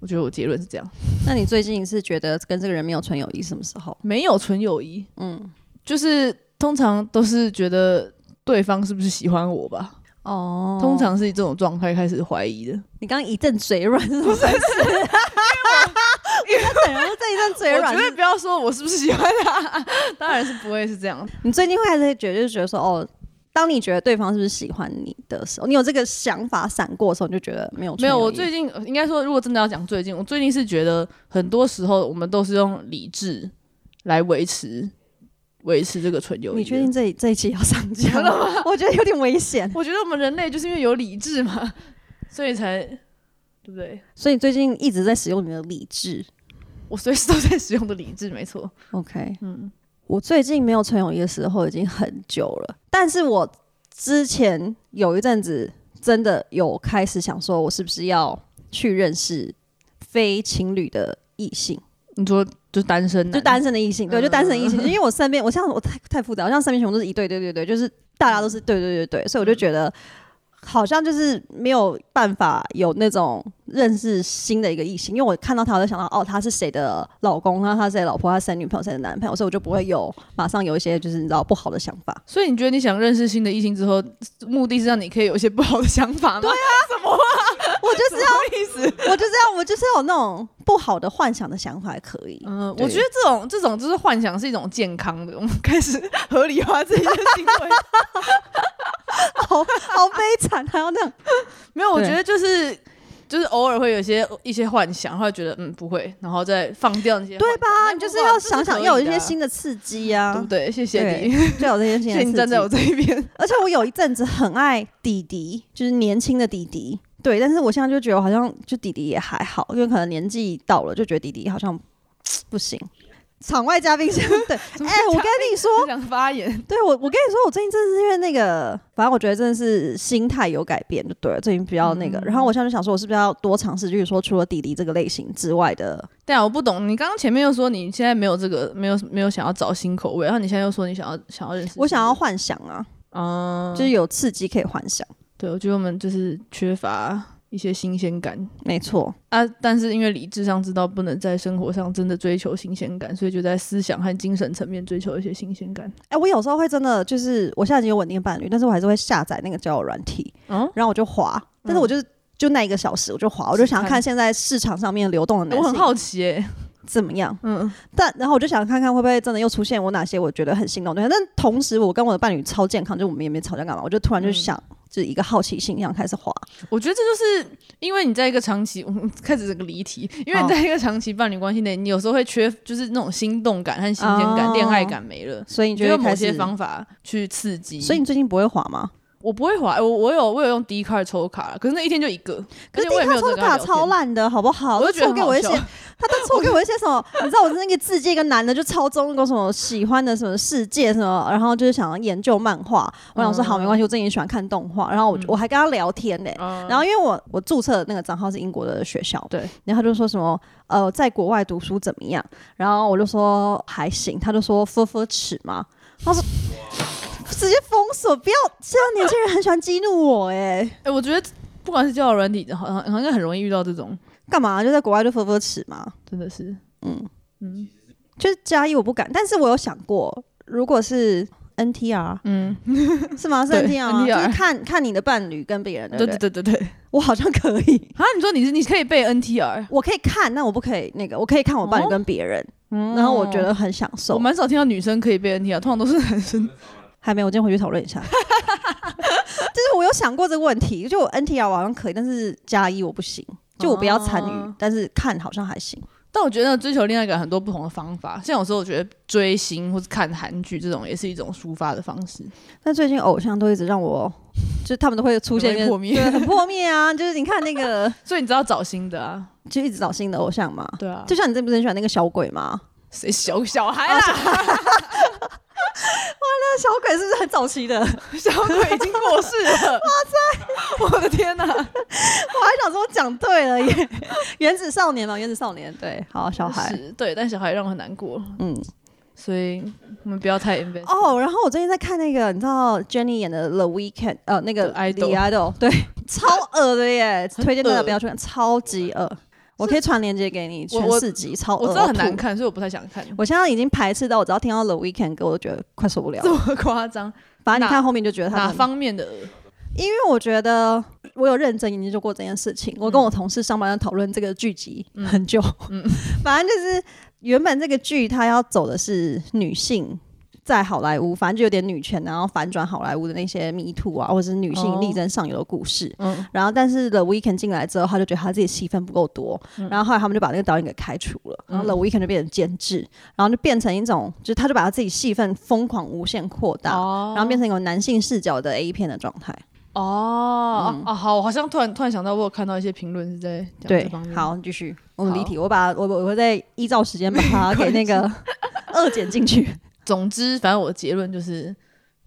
Speaker 2: 我觉得我结论是这样，
Speaker 1: 那你最近是觉得跟这个人没有纯友谊，什么时候？
Speaker 2: 没有纯友谊，嗯，就是通常都是觉得对方是不是喜欢我吧，
Speaker 1: 哦
Speaker 2: 通常是以这种状态开始怀疑的。
Speaker 1: 你刚刚一阵嘴软是什么回事？ 我在等，然后这一阵嘴
Speaker 2: 我
Speaker 1: 软
Speaker 2: 绝。对不要说我是不是喜欢他， 当然是不会是这 样。
Speaker 1: 你最近会还是觉得，就是觉得说，哦，当你觉得对方是不是喜欢你的时候，你有这个想法闪过的时候，你就觉得没有
Speaker 2: 没有，我
Speaker 1: 纯友谊
Speaker 2: 最近应该说，如果真的要讲最近，我最近是觉得很多时候我们都是用理智来维持维持这个纯友谊。
Speaker 1: 你确定？这一这一期要上架吗？我觉得有点危险。
Speaker 2: 我觉得我们人类就是因为有理智嘛， 所以才对不对？
Speaker 1: 所以你最近一直在使用你的理智。
Speaker 2: 我随时都在使用的理智，没错。
Speaker 1: OK，
Speaker 2: 嗯，
Speaker 1: 我最近没有纯友谊的时候已经很久了，但是我之前有一阵子真的有开始想说，我是不是要去认识非情侣的异性。
Speaker 2: 你说就单身男，嗯
Speaker 1: 就单身的异性，对，就单身的异性，因为我身边，我像我太太复杂，我像身边全部都是一对对对对，就是大家都是对对对对，所以我
Speaker 2: 嗯
Speaker 1: 就觉得好像就是没有办法有那种认识新的一个异性，因为我看到他，我就想到哦，他是谁的老公，然后他是谁的老婆，他是谁的女朋友，谁的男朋友，所以我就不会有马上有一些就是你知道不好的想法。
Speaker 2: 所以你觉得你想认识新的异性之后，目的是让你可以有一些不好的想法吗？对啊，什么啊？
Speaker 1: 我 就是
Speaker 2: 意思？
Speaker 1: 要，我就是要，我就是要有那种不好的幻想的想法，可以。
Speaker 2: 嗯，
Speaker 1: 对
Speaker 2: 我觉得这种这种就是幻想是一种健康的，我们开始 合理化自己的行为。
Speaker 1: 好好悲惨，还有那种
Speaker 2: 没有，我
Speaker 1: 对
Speaker 2: 觉得就是就是偶尔会有一些一些幻想，然后觉得嗯不会，然后再放掉那些啊
Speaker 1: 对吧？
Speaker 2: 幻想
Speaker 1: 啊你就是要想想要有一些，新
Speaker 2: 那
Speaker 1: 的
Speaker 2: 不管
Speaker 1: 刺激啊，
Speaker 2: 这是可以的啊对不对？谢谢
Speaker 1: 对
Speaker 2: 你，，
Speaker 1: 就有这些新
Speaker 2: 谢谢
Speaker 1: 的
Speaker 2: 你
Speaker 1: 刺
Speaker 2: 站在
Speaker 1: 激
Speaker 2: 我这一边。
Speaker 1: 而且我有一阵子很爱弟弟，就是年轻的弟弟。对，但是我现在就觉得好像就弟弟也还好，因为可能年纪到了，就觉得弟弟好像不行。场外嘉宾相对，
Speaker 2: 怎 么
Speaker 1: 哎、我跟你说，
Speaker 2: 不想发言，
Speaker 1: 对我，我跟你说，我最近真的是因为那个，反正我觉得真的是心态有改变，就对了，最近比较那个。然后我现在就想说，我是不是要多尝试，就是说除了弟弟这个类型之外的，
Speaker 2: 对啊，我不懂。你刚刚前面又说你现在没有这个，没有没有想要找新口味，然后你现在又说你想要想要认识新人，
Speaker 1: 我想要幻想啊，
Speaker 2: 嗯，
Speaker 1: 就是有刺激可以幻想，
Speaker 2: 对，我觉得我们就是缺乏一些新鲜感
Speaker 1: 没错，
Speaker 2: 啊。但是因为理智上知道不能在生活上真的追求新鲜感，所以就在思想和精神层面追求一些新鲜感。
Speaker 1: 哎、我有时候会真的就是，我现在已经有稳定的伴侣，但是我还是会下载那个交友软体，
Speaker 2: 嗯
Speaker 1: 然后我就滑，但是我就是、就那一个小时，我就滑，我就想看现在市场上面流动的男
Speaker 2: 我
Speaker 1: 性
Speaker 2: 很好奇、欸，
Speaker 1: 怎么样。
Speaker 2: 嗯，
Speaker 1: 但然后我就想看看会不会真的又出现我哪些我觉得很心动的东西。但同时，我跟我的伴侣超健康，就我们也没吵架干嘛，我就突然
Speaker 2: 嗯
Speaker 1: 就想，就是一个好奇心一样开始滑。
Speaker 2: 我觉得这就是因为你在一个长期，我们开始这个离题，因
Speaker 1: 哦
Speaker 2: 为你在一个长期伴侣关系内，你有时候会缺，就是那种心动感和新鲜感、
Speaker 1: 哦
Speaker 2: 恋爱感没了。
Speaker 1: 所以你
Speaker 2: 你
Speaker 1: 就
Speaker 2: 觉得
Speaker 1: 会
Speaker 2: 某
Speaker 1: 开始
Speaker 2: 些方法去刺激，
Speaker 1: 所以你最近不会滑吗？
Speaker 2: 我不会滑，我我有我有用 D 卡抽卡，可是那一天就一个，
Speaker 1: 可是
Speaker 2: 而且我也没有
Speaker 1: 抽
Speaker 2: 真的跟他
Speaker 1: 卡
Speaker 2: 聊天
Speaker 1: 超，烂的，好不好？
Speaker 2: 我
Speaker 1: 他
Speaker 2: 就觉得
Speaker 1: 抽
Speaker 2: 很
Speaker 1: 给我一些
Speaker 2: 好，笑
Speaker 1: 他都抽给我一些什么？你知道我是那个自界一个男的，就超中国什么喜欢的什么世界什么，然后就是想要研究漫画。我想说好，没关系，我最近喜欢看动画，然后我就我还跟他聊天呢、
Speaker 2: 嗯 嗯
Speaker 1: 然后因为我我注册的那个账号是英国的学校，
Speaker 2: 对，
Speaker 1: 然后他就说什么呃，在国外读书怎么样？然后我就说还行，他就说分分尺嘛，他说直接封锁，不要这样，年轻人很喜欢激怒我哎、
Speaker 2: 哎、我觉得不管是交友软体，好像好像很容易遇到这种，
Speaker 1: 干嘛？就在国外就分分尺嘛，
Speaker 2: 真的是，
Speaker 1: 嗯
Speaker 2: 嗯
Speaker 1: 就是加一我不敢，但是我有想过，如果是 NTR
Speaker 2: 嗯，
Speaker 1: 是吗？是
Speaker 2: 对
Speaker 1: NTR 吗
Speaker 2: NTR
Speaker 1: 就是看看你的伴侣跟别人，对不
Speaker 2: 对
Speaker 1: 对
Speaker 2: 对？对对对。
Speaker 1: 我好像可以。
Speaker 2: 啊，你说你是你可以背 NTR，
Speaker 1: 我可以看，但我不可以那个，我可以看我伴侣跟别人，然后我觉得很享
Speaker 2: 哦我
Speaker 1: 受。
Speaker 2: 蛮少听到女生可以背 NTR，通常都是男生。
Speaker 1: 还没有，我今天回去讨论一 下。就是我有想过这个问题，就我 NTR 我好像可以，但是加一我不行，就我不要参与，
Speaker 2: 哦
Speaker 1: 但是看好像还行。
Speaker 2: 但我觉得追求恋爱感很多不同的方法，像有时候我觉得追星或是看韩剧这种也是一种抒发的方式。
Speaker 1: 但最近偶像都一直让我，就是他们都会出现一些
Speaker 2: 很破灭
Speaker 1: 对很破灭啊！就是你看那个，
Speaker 2: 所以你知道找新的啊，
Speaker 1: 就一直找新的偶像嘛。
Speaker 2: 对啊，
Speaker 1: 就像你之前不是很喜欢那个小鬼吗？
Speaker 2: 谁小小孩
Speaker 1: 啊
Speaker 2: 啦，
Speaker 1: 那小鬼是不是很早期的？ 我还
Speaker 2: 小鬼已经过世了。哇塞，我的天哪、
Speaker 1: 想说讲对了耶， 原子少年嘛，原子少年对，好 小孩，
Speaker 2: 是，对，但小孩让我很难过，
Speaker 1: 嗯，
Speaker 2: 所以我们不要太 invest。
Speaker 1: 哦，然后我最近在看那个，你知道 Jenny 演的《The Weekend》呃，那个
Speaker 2: The Idol
Speaker 1: The Idol，对，超恶的耶，推荐大家
Speaker 2: 恶
Speaker 1: 不要 去看，超级恶。我可以传链接给你，
Speaker 2: 我
Speaker 1: 全
Speaker 2: 我
Speaker 1: 四集超恶，
Speaker 2: 我知道很
Speaker 1: 吐
Speaker 2: 难。看，所以我不太想看。
Speaker 1: 我现在已经排斥到，我只要听到 The Weekend 歌，我就觉得快受不 了
Speaker 2: 这
Speaker 1: 了。
Speaker 2: 么夸张，
Speaker 1: 反正你
Speaker 2: 哪
Speaker 1: 看后面就觉得他
Speaker 2: 哪
Speaker 1: 们，
Speaker 2: 方面的？
Speaker 1: 因为我觉得我有认真研究过这件事情。我跟我同事上班要讨论这个剧集很久， 反正就是原本这个剧它要走的是女性在好莱坞，反正就有点女权，然后反转好莱坞的那些迷途啊，或者是女性力争上游的故事。
Speaker 2: 嗯，
Speaker 1: 然后，但是 The Weeknd 进来之后，他就觉得他自己戏份不够多，然后后来他们就把那个导演给开除了，然后 The Weeknd 就变成监制，然后就变成一种，就是他就把他自己戏份疯狂无限扩大，
Speaker 2: 哦
Speaker 1: 然后变成一种男性视角的 A 片的状态。
Speaker 2: 哦、
Speaker 1: 嗯
Speaker 2: 哦，好，我好像突然突然想到，我有看到一些评论是在讲这
Speaker 1: 对
Speaker 2: 方，面。，
Speaker 1: 好，继续，我们
Speaker 2: 好
Speaker 1: 离题，我把我我我会再依照时间把 它给那个 二剪进去。
Speaker 2: 总之，反正我的结论就是，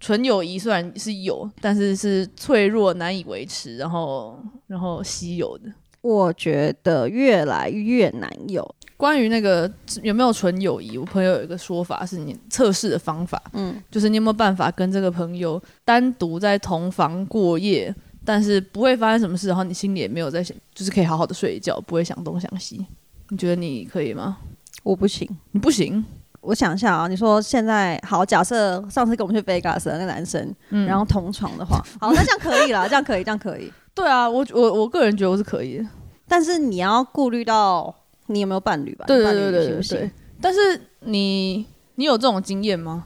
Speaker 2: 纯友谊虽然是有，但是是脆弱、难以维持，然后然后稀有的。
Speaker 1: 我觉得越来越难有，
Speaker 2: 关于那个有没有纯友谊，我朋友有一个说法是你测试的方法，
Speaker 1: 嗯，
Speaker 2: 就是你有没有办法跟这个朋友单独在同房过夜，但是不会发生什么事，然后你心里也没有在想，就是可以好好的睡一觉，不会想东想西。你觉得你可以吗？
Speaker 1: 我不行。
Speaker 2: 你不行，
Speaker 1: 我想一下啊，你说现在好，假设上次跟我们去 Vegas 的那个男生，
Speaker 2: 嗯
Speaker 1: 然后同床的话，好，那这样可以了，这样可以，这样可以。
Speaker 2: 对啊，我我我个人觉得我是可以的，
Speaker 1: 但是你要顾虑到你有没有伴侣吧？
Speaker 2: 对
Speaker 1: 你
Speaker 2: 对
Speaker 1: 伴侣
Speaker 2: 对对
Speaker 1: 行
Speaker 2: 对
Speaker 1: 不行
Speaker 2: 对。但是你你有这种经验吗？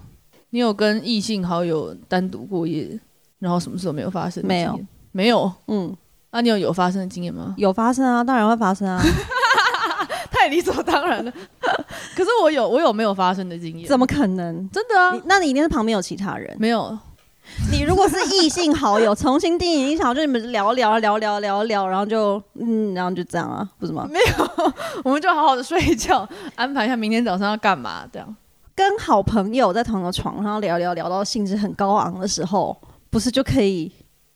Speaker 2: 你有跟异性好友单独过夜，然后什么事都没有发生的经
Speaker 1: 没
Speaker 2: 验？
Speaker 1: 有
Speaker 2: 没有。
Speaker 1: 嗯，
Speaker 2: 那、你有有发生的经验吗？
Speaker 1: 有发生啊，当然会发生啊，
Speaker 2: 太理所当然了。 可是我有我有没有发生的经验？
Speaker 1: 怎么可能？
Speaker 2: 真的啊
Speaker 1: 你？那你一定是旁边有其他人，
Speaker 2: 没有，
Speaker 1: 你如果是异性好友，重新定义异性好友，就你们聊聊聊聊聊聊，然后就嗯，然后就这样啊，不是吗？
Speaker 2: 我们就好好的睡觉，安排一下明天早上要干嘛，这样。
Speaker 1: 跟好朋友在同一个床上聊聊聊到兴致很高昂的时候，不是就可以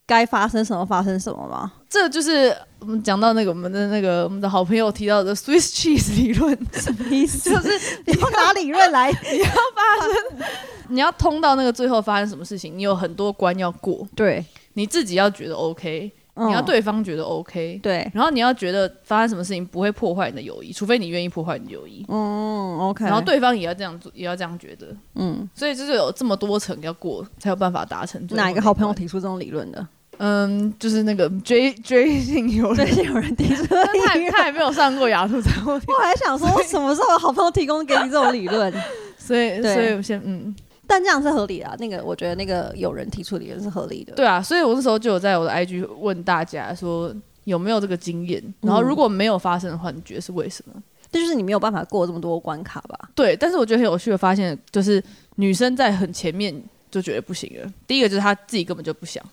Speaker 1: 该发生什么发生什么吗？
Speaker 2: 这就是我们讲到那个我们的那个我们的好朋友提到的 Swiss cheese 理论，
Speaker 1: 意思
Speaker 2: 就是
Speaker 1: 你要拿理论来，
Speaker 2: 你要通到那个最后发生什么事情，你有很多关要过，
Speaker 1: 对，
Speaker 2: 你自己要觉得 OK，、
Speaker 1: 嗯
Speaker 2: 你要对方觉得 OK，
Speaker 1: 对，
Speaker 2: 然后你要觉得发生什么事情不会破坏你的友谊，除非你愿意破坏你的友谊，
Speaker 1: 嗯，OK，
Speaker 2: 然后，对方也要这样做，也要这样觉得，
Speaker 1: 嗯，
Speaker 2: 所以就是有这么多层要过，才有办法达成。
Speaker 1: 哪一个好朋友？提出这种理论 的？
Speaker 2: 嗯，就是那个 追追星友
Speaker 1: 最
Speaker 2: 人，
Speaker 1: 近有人提出这
Speaker 2: 但
Speaker 1: 种
Speaker 2: 他
Speaker 1: 理
Speaker 2: 也
Speaker 1: 论，
Speaker 2: 他也没有上过雅虎财务厅，
Speaker 1: 我还想说，什么时候有好朋友提供给你这种理论？
Speaker 2: 所 以
Speaker 1: 对
Speaker 2: 所以我先嗯，
Speaker 1: 但这样是合理的、啊，那个我觉得那个有人提出理论是合理的。
Speaker 2: 对啊，所以我那时候就有在我的 IG 问大家说有没有这个经验，
Speaker 1: 嗯
Speaker 2: 然后如果没有发生的话，你觉得是为什么？
Speaker 1: 这就是你没有办法过这么多关卡吧？
Speaker 2: 对，但是我觉得很有趣的发现，就是女生在很前面就觉得不行了。第一个就是她自己根本就不想，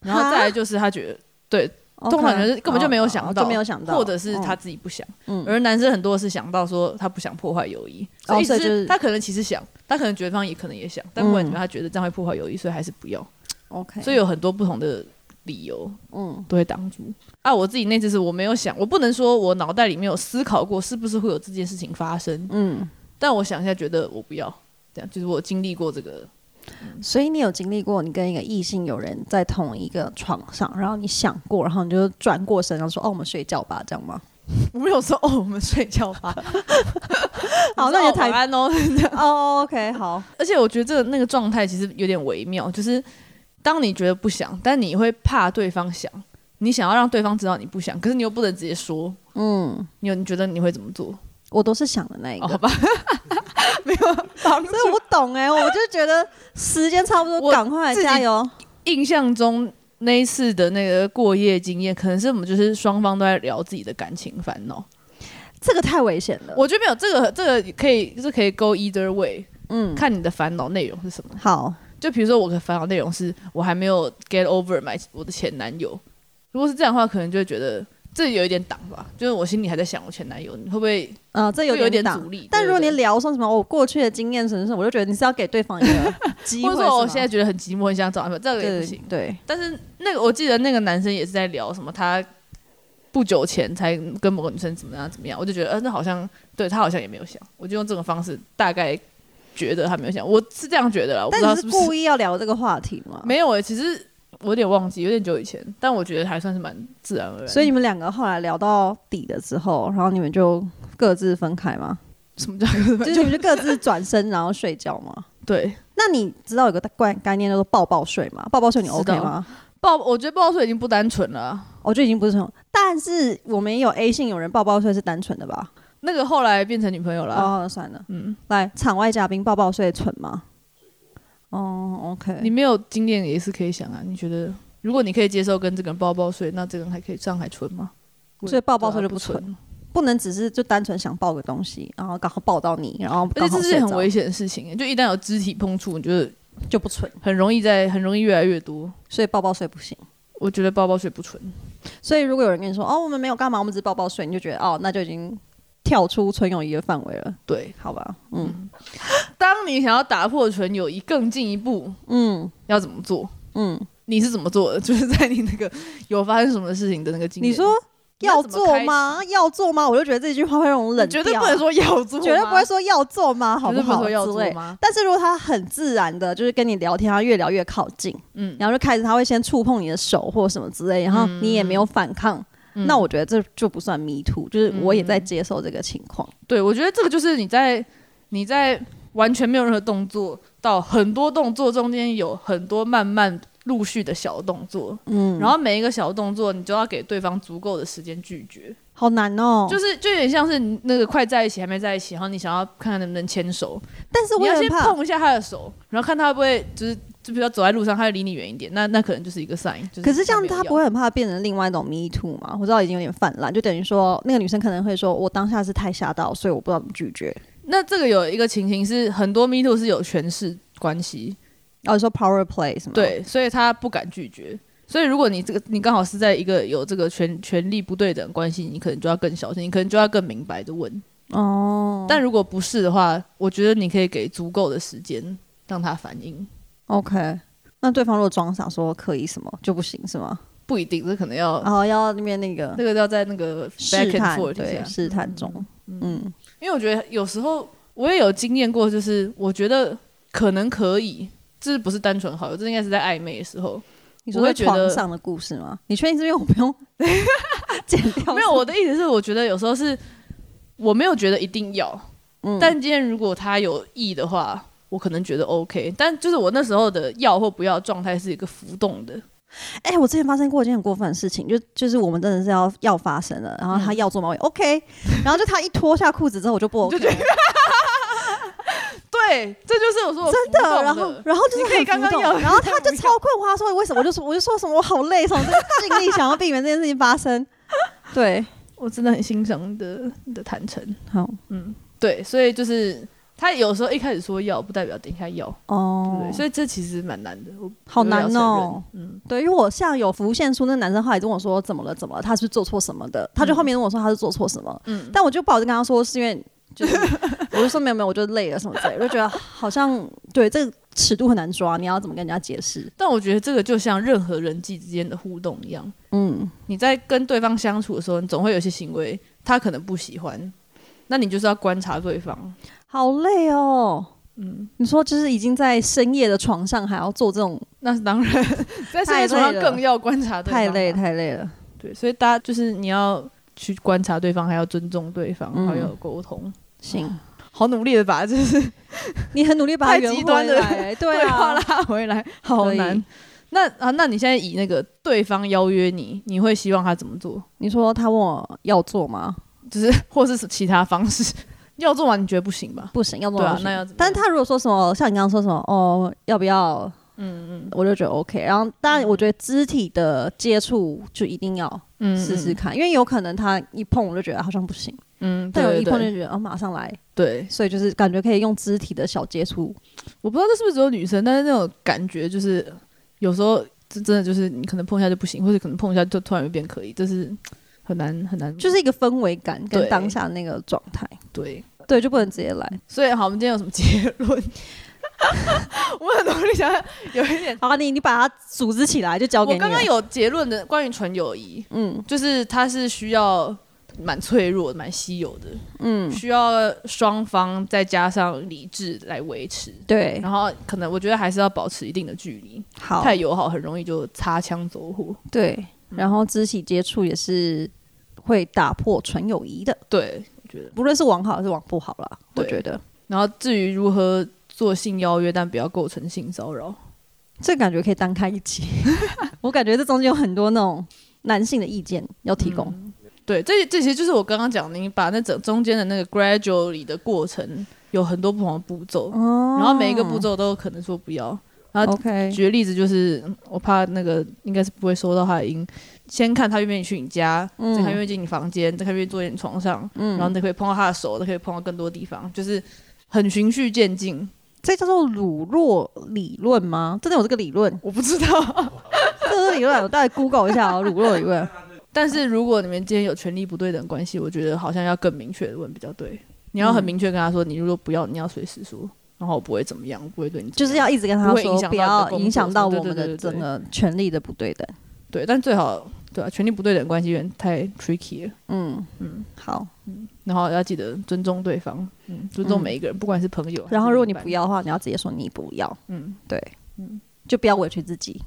Speaker 2: 然后
Speaker 1: 哈
Speaker 2: 再来就是她觉得对，
Speaker 1: 哦
Speaker 2: 通常就是根本就没有想到，
Speaker 1: 就没有想到，
Speaker 2: 或者是她
Speaker 1: 嗯
Speaker 2: 自己不想。
Speaker 1: 嗯
Speaker 2: 而男生很多是想到说他不想破坏友谊，
Speaker 1: 哦
Speaker 2: 所以一直
Speaker 1: 所以就是
Speaker 2: 他可能其实想，他可能觉得对方也可能也想，但
Speaker 1: 嗯
Speaker 2: 不然他觉得这样会破坏友谊，所以还是不要。
Speaker 1: 哦 OK，
Speaker 2: 所以有很多不同的理由
Speaker 1: 嗯，
Speaker 2: 都会挡住。啊，我自己那次是我没有想，我不能说我脑袋里面有思考过是不是会有这件事情发生，
Speaker 1: 嗯，
Speaker 2: 但我想一下，觉得我不要这样，就是我经历过这个，
Speaker 1: 所以你有经历过你跟一个异性友人在同一个床上，然后你想过，然后你就转过身，然后说：“哦，我们睡觉吧。”这样吗？
Speaker 2: 我没有说哦，我们睡觉吧，
Speaker 1: 好，那
Speaker 2: 也
Speaker 1: 就
Speaker 2: 台
Speaker 1: 太
Speaker 2: 湾哦。
Speaker 1: 哦，OK，好，
Speaker 2: 而且我觉得这个那个状态其实有点微妙，就是当你觉得不想，但你会怕对方想，你想要让对方知道你不想，可是你又不能直接说。
Speaker 1: 嗯，
Speaker 2: 你有你觉得你会怎么做？
Speaker 1: 我都是想的那一个，
Speaker 2: 哦，好吧， 没有帮助
Speaker 1: 所。以我懂哎、我就觉得时间差不多，
Speaker 2: 我
Speaker 1: 赶快
Speaker 2: 自己
Speaker 1: 加油。
Speaker 2: 印象中那一次的那个过夜经验，可能是我们就是双方都在聊自己的感情烦恼。
Speaker 1: 这个太危险了，
Speaker 2: 我觉得没有这个，这个可以，这可以 go either way，
Speaker 1: 嗯，
Speaker 2: 看你的烦恼内容是什么。
Speaker 1: 好，
Speaker 2: 就比如说我的烦恼内容是我还没有 get over 买我的前男友，如果是这样的话，可能就会觉得这有一点挡吧，就是我心里还在想我前男友，你会不会
Speaker 1: 呃，这有
Speaker 2: 会有
Speaker 1: 点
Speaker 2: 点
Speaker 1: 挡
Speaker 2: 阻。力？
Speaker 1: 但
Speaker 2: 对
Speaker 1: 如果
Speaker 2: 不对
Speaker 1: 你聊说什么我过去的经验什么什么，我就觉得你是要给对方一 个机
Speaker 2: 或
Speaker 1: 会是
Speaker 2: 者
Speaker 1: 吗。
Speaker 2: 说我现在觉得很寂寞，很想找男朋友，这个也不
Speaker 1: 对
Speaker 2: 行。
Speaker 1: 对，
Speaker 2: 但是那个我记得那个男生也是在聊什么他。不久前才跟某个女生怎么样怎么样，我就觉得，呃，那好像对他好像也没有想，我就用这种方式大概觉得他没有想，我是这样觉得啦，我不知道
Speaker 1: 但你
Speaker 2: 是
Speaker 1: 是
Speaker 2: 不
Speaker 1: 故
Speaker 2: 是
Speaker 1: 意要聊这个话题吗？
Speaker 2: 没有诶、其实我有点忘记，有点久以前，但我觉得还算是蛮自然而然的。
Speaker 1: 所以你们两个后来聊到底的时候，然后你们就各自分开 吗？
Speaker 2: 什么叫
Speaker 1: 就
Speaker 2: 各自？
Speaker 1: 是你们就各自转身然后睡觉吗？
Speaker 2: 对
Speaker 1: 那你知道有个概概念叫做抱抱睡吗？抱抱睡你
Speaker 2: 知道
Speaker 1: OK 吗？
Speaker 2: 抱，我觉得抱睡已经不单纯了啊。
Speaker 1: 我就已经不是很，但是我们也有 A 性有人抱抱睡是单纯的吧？
Speaker 2: 那个后来变成女朋友了啊、
Speaker 1: 哦，算了，
Speaker 2: 嗯，
Speaker 1: 来场外嘉宾抱抱睡蠢吗？哦，OK，
Speaker 2: 你没有经验也是可以想啊。你觉得，如果你可以接受跟这个人抱抱睡，那这个人还可以这样还纯吗？
Speaker 1: 所以抱抱睡
Speaker 2: 对
Speaker 1: 就
Speaker 2: 啊不
Speaker 1: 不纯
Speaker 2: 纯，
Speaker 1: 不能只是就单纯想抱个东西，然后刚好抱到你，然后
Speaker 2: 啊
Speaker 1: 刚
Speaker 2: 而且
Speaker 1: 好
Speaker 2: 这是
Speaker 1: 睡
Speaker 2: 很
Speaker 1: 着
Speaker 2: 危险的事情欸，就一旦有肢体碰触，你觉得
Speaker 1: 就不蠢，
Speaker 2: 很容易在很容易越来越多。
Speaker 1: 所以抱抱睡不行。
Speaker 2: 我觉得抱抱睡不纯，
Speaker 1: 所以如果有人跟你说哦，我们没有干嘛，我们只是抱抱睡，你就觉得哦，那就已经跳出纯友谊的范围了，
Speaker 2: 对。
Speaker 1: 好吧？嗯
Speaker 2: 当你想要打破纯友谊更进一步，
Speaker 1: 嗯
Speaker 2: 要怎么做？
Speaker 1: 嗯，
Speaker 2: 你是怎么做的？ 就是在你那个有发生什么事情的那个经验，
Speaker 1: 你说要做
Speaker 2: 那
Speaker 1: 吗？要做吗？我就觉得这句话会让我冷
Speaker 2: 你
Speaker 1: 掉
Speaker 2: 绝
Speaker 1: 啊，
Speaker 2: 对不能说要做吗，
Speaker 1: 绝对不会说要做吗？好
Speaker 2: 绝对不
Speaker 1: 好？
Speaker 2: 会说要做
Speaker 1: 之类
Speaker 2: 吗？
Speaker 1: 但是如果他很自然的，就是跟你聊天，他越聊越靠近，
Speaker 2: 嗯，
Speaker 1: 然后就开始他会先触碰你的手或什么之类，然后你也没有反抗，
Speaker 2: 嗯
Speaker 1: 那我觉得这就不算 me too，就是我也在接受这个情况。
Speaker 2: 对我觉得这个就是你在你在完全没有任何动作到很多动作中间有很多慢慢陆续的小动作，
Speaker 1: 嗯，
Speaker 2: 然后每一个小动作你就要给对方足够的时间拒绝，
Speaker 1: 好难哦，
Speaker 2: 就是就有点像是你那个快在一起还没在一起，然后你想要看看能不能牵手，
Speaker 1: 但是
Speaker 2: 你
Speaker 1: 我也
Speaker 2: 要
Speaker 1: 很
Speaker 2: 先
Speaker 1: 怕，
Speaker 2: 碰一下他的手，然后看他会不会就是。就比如说走在路上，他会离你远一点，那那可能就是一个 sign 就是没有要。
Speaker 1: 可是这样他不会很怕变成另外一种 me too 吗？我知道已经有点泛滥，就等于说那个女生可能会说，我当下是太吓到，所以我不知道怎么拒绝。
Speaker 2: 那这个有一个情形是，很多 Me Too 是有权势关系，
Speaker 1: 哦，你说 power play 是吗？，
Speaker 2: 对，所以他不敢拒绝。所以如果你这个你刚好是在一个有这个权权力不对等关系，你可能就要更小心，你可能就要更明白的问。
Speaker 1: 哦，
Speaker 2: 但如果不是的话，我觉得你可以给足够的时间让他反应，
Speaker 1: OK，那对方如果装傻说可以什么就不行是吗？
Speaker 2: 不一定，这可能要、
Speaker 1: 然后要那边那个
Speaker 2: 哦那个要在那个 back
Speaker 1: 哦试
Speaker 2: and
Speaker 1: 探，
Speaker 2: forth 一
Speaker 1: 对，
Speaker 2: 下
Speaker 1: 试探中，嗯，
Speaker 2: 因为我觉得有时候我也有经验过，就是我觉得可能可以，这不是单纯好友，这应该是在暧昧的时候。
Speaker 1: 你说
Speaker 2: 我
Speaker 1: 在
Speaker 2: 会觉得
Speaker 1: 床上的故事吗？你确定这边我不用 剪掉？
Speaker 2: 没有，我的意思是，我觉得有时候是我没有觉得一定要，
Speaker 1: 嗯，
Speaker 2: 但今天如果他有意的话，我可能觉得 OK。但就是我那时候的要或不要状态是一个浮动的，
Speaker 1: 哎、我之前发生过一件很过分的事情，就就是我们真的是要要发生了，然后
Speaker 2: 嗯
Speaker 1: 他要做毛也 OK，然后就他一脱下裤子之后我就不 OK，
Speaker 2: 对，这就是我说我
Speaker 1: 真
Speaker 2: 浮动
Speaker 1: 的，然后然后就
Speaker 2: 你
Speaker 1: 是
Speaker 2: 可以
Speaker 1: 很
Speaker 2: 刚
Speaker 1: 浮
Speaker 2: 刚
Speaker 1: 动
Speaker 2: 要
Speaker 1: 然后他就超困惑，他说为什么？我就说我就说什么我好累，什么这个尽力想要避免这件事情发生， 对，
Speaker 2: 我真的很欣赏你的你的坦诚。
Speaker 1: 好
Speaker 2: 对，所以就是他有时候一开始说要，不代表等一下要，对不
Speaker 1: 哦
Speaker 2: 对？，所以这其实蛮难的，我
Speaker 1: 好难
Speaker 2: 我也要承
Speaker 1: 哦
Speaker 2: 认。嗯，
Speaker 1: 对，因为我像有浮现出那男生后来跟我说怎么了怎么了，他是不是做错什么的，他就后面跟我说他是做错什么，
Speaker 2: 嗯
Speaker 1: 但我就不好意思跟他说是因为就是 我就说没有没有，我就累了什么之类的，我就觉得好像对这个尺度很难抓，你要怎么跟人家解释？
Speaker 2: 但我觉得这个就像任何人际之间的互动一样，
Speaker 1: 嗯，
Speaker 2: 你在跟对方相处的时候，你总会有一些行为他可能不喜欢，那你就是要观察对方。
Speaker 1: 好累哦。
Speaker 2: 嗯，
Speaker 1: 你说就是已经在深夜的床上还要做这种，
Speaker 2: 那当然，在社
Speaker 1: 太
Speaker 2: 会
Speaker 1: 累
Speaker 2: 上
Speaker 1: 了
Speaker 2: 更要观察对方，啊
Speaker 1: 太累。太累了。
Speaker 2: 对，所以大家就是你要去观察对方，还要尊重对方，
Speaker 1: 嗯
Speaker 2: 还要有沟通。
Speaker 1: 行，
Speaker 2: 好努力的吧，这是
Speaker 1: 你很努力把它
Speaker 2: 太
Speaker 1: 圆
Speaker 2: 极
Speaker 1: 回
Speaker 2: 端了
Speaker 1: 来， 对
Speaker 2: 话
Speaker 1: 啊，
Speaker 2: 拉回来，好
Speaker 1: 可以
Speaker 2: 难。那啊，那你现在以那个对方邀约你，你会希望他怎么做？
Speaker 1: 你说他问我要做吗？
Speaker 2: 就是或是其他方式？ 要做完你觉得不行吧？
Speaker 1: 不行，要做
Speaker 2: 对啊
Speaker 1: 不行
Speaker 2: 那要怎么
Speaker 1: 但他如果说什么，像你刚刚说什么，哦，要不要
Speaker 2: 嗯嗯
Speaker 1: 我就觉得 OK。然后，当然，我觉得肢体的接触就一定要
Speaker 2: 嗯
Speaker 1: 试试，看，因为有可能他一碰我就觉得好像不行，
Speaker 2: 嗯，
Speaker 1: 但
Speaker 2: 对
Speaker 1: 有
Speaker 2: 对
Speaker 1: 一碰就
Speaker 2: 对
Speaker 1: 觉得哦马上来，
Speaker 2: 对。
Speaker 1: 所以就是感觉可以用肢体的小接触。
Speaker 2: 我不知道这是不是只有女生，但是那种感觉就是有时候真真的就是你可能碰一下就不行，或者可能碰一下就突然会变可以，这是很难很难，
Speaker 1: 就是一个氛围感跟
Speaker 2: 对
Speaker 1: 当下那个状态，
Speaker 2: 对。嗯
Speaker 1: 对，就不能直接来。
Speaker 2: 所以好，我们今天有什么结论？ 我很努力想要有一点，
Speaker 1: 好，你你把它组织起来，就 交给
Speaker 2: 我
Speaker 1: 你了。
Speaker 2: 刚刚有结论的关于纯友谊，
Speaker 1: 嗯
Speaker 2: 就是它是需要蛮脆弱、蛮稀有的，
Speaker 1: 嗯，
Speaker 2: 需要双方再加上理智来维持。
Speaker 1: 对，
Speaker 2: 然后可能我觉得还是要保持一定的距离，
Speaker 1: 好，
Speaker 2: 太嗯友好很容易就擦枪走火。
Speaker 1: 对，然后肢体接触也是会打破纯友谊的，
Speaker 2: 对，我觉得。
Speaker 1: 不论是往好还是往不好啦，我
Speaker 2: 对
Speaker 1: 觉得
Speaker 2: 然后至于如何做性邀约，但不要构成性骚扰，
Speaker 1: 这感觉可以单开一 集。我感觉这中间有很多那种男性的意见要提供。
Speaker 2: 对，这这些就是我刚刚讲的，你把那整中间的那个 gradually 的过程有很多不同的步骤，
Speaker 1: 哦
Speaker 2: 嗯然后每一个步骤都有可能说不要。然后
Speaker 1: OK，
Speaker 2: 举个例子，就是嗯我怕那个应该是不会收到他的音，先看他愿不愿意去你家，
Speaker 1: 嗯
Speaker 2: 再看愿不愿意进你房间，再看愿不愿意坐在你床上，
Speaker 1: 嗯
Speaker 2: 然后你可以碰到他的手，再可以碰到更多地方，就是很循序渐进。
Speaker 1: 这叫做乳酪理论吗？真的有这个理论？
Speaker 2: 我不知道，
Speaker 1: 这个理论我大概 Google 一下哦，乳酪理论。
Speaker 2: 但是如果你们之间有权力不对等关系，我觉得好像要更明确的问比较对。你要很明确跟他说，你如果不要，你要随时说，然后我不会怎么样，我不会对你怎
Speaker 1: 就
Speaker 2: 么样
Speaker 1: 是要一直跟他
Speaker 2: 不会影
Speaker 1: 说，
Speaker 2: 响
Speaker 1: 不
Speaker 2: 到你的
Speaker 1: 要
Speaker 2: 工作
Speaker 1: 影响到
Speaker 2: 对
Speaker 1: 我
Speaker 2: 对
Speaker 1: 们
Speaker 2: 对
Speaker 1: 的
Speaker 2: 对对
Speaker 1: 整个权利的不对等。
Speaker 2: 对，但最好对啊，权力不对等关系有点太 tricky 了。
Speaker 1: 嗯嗯，好。
Speaker 2: 然后要记得尊重对方，嗯，尊重
Speaker 1: 嗯
Speaker 2: 每一个人，不管是朋友还是另一半。
Speaker 1: 然后如果你不要的话，你要直接说你不要，
Speaker 2: 嗯，
Speaker 1: 对，
Speaker 2: 嗯
Speaker 1: 就不要委屈自己。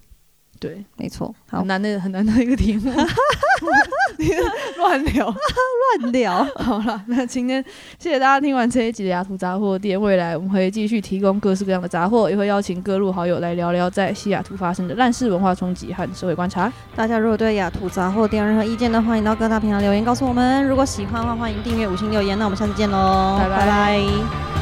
Speaker 2: 对，
Speaker 1: 没错，好
Speaker 2: 很，难的很难的一个题目， 乱聊。
Speaker 1: 乱聊。
Speaker 2: 好了，那今天谢谢大家听完这一集的雅图杂货店。未来我们会继续提供各式各样的杂货，也会邀请各路好友来聊聊在西雅图发生的烂事文化冲击和社会观察。
Speaker 1: 大家如果对雅图杂货店有任何意见的，欢迎到各大平台留言告诉我们。如果喜欢的话，欢迎订阅、五星留言。那我们下次见喽，
Speaker 2: 拜拜
Speaker 1: 拜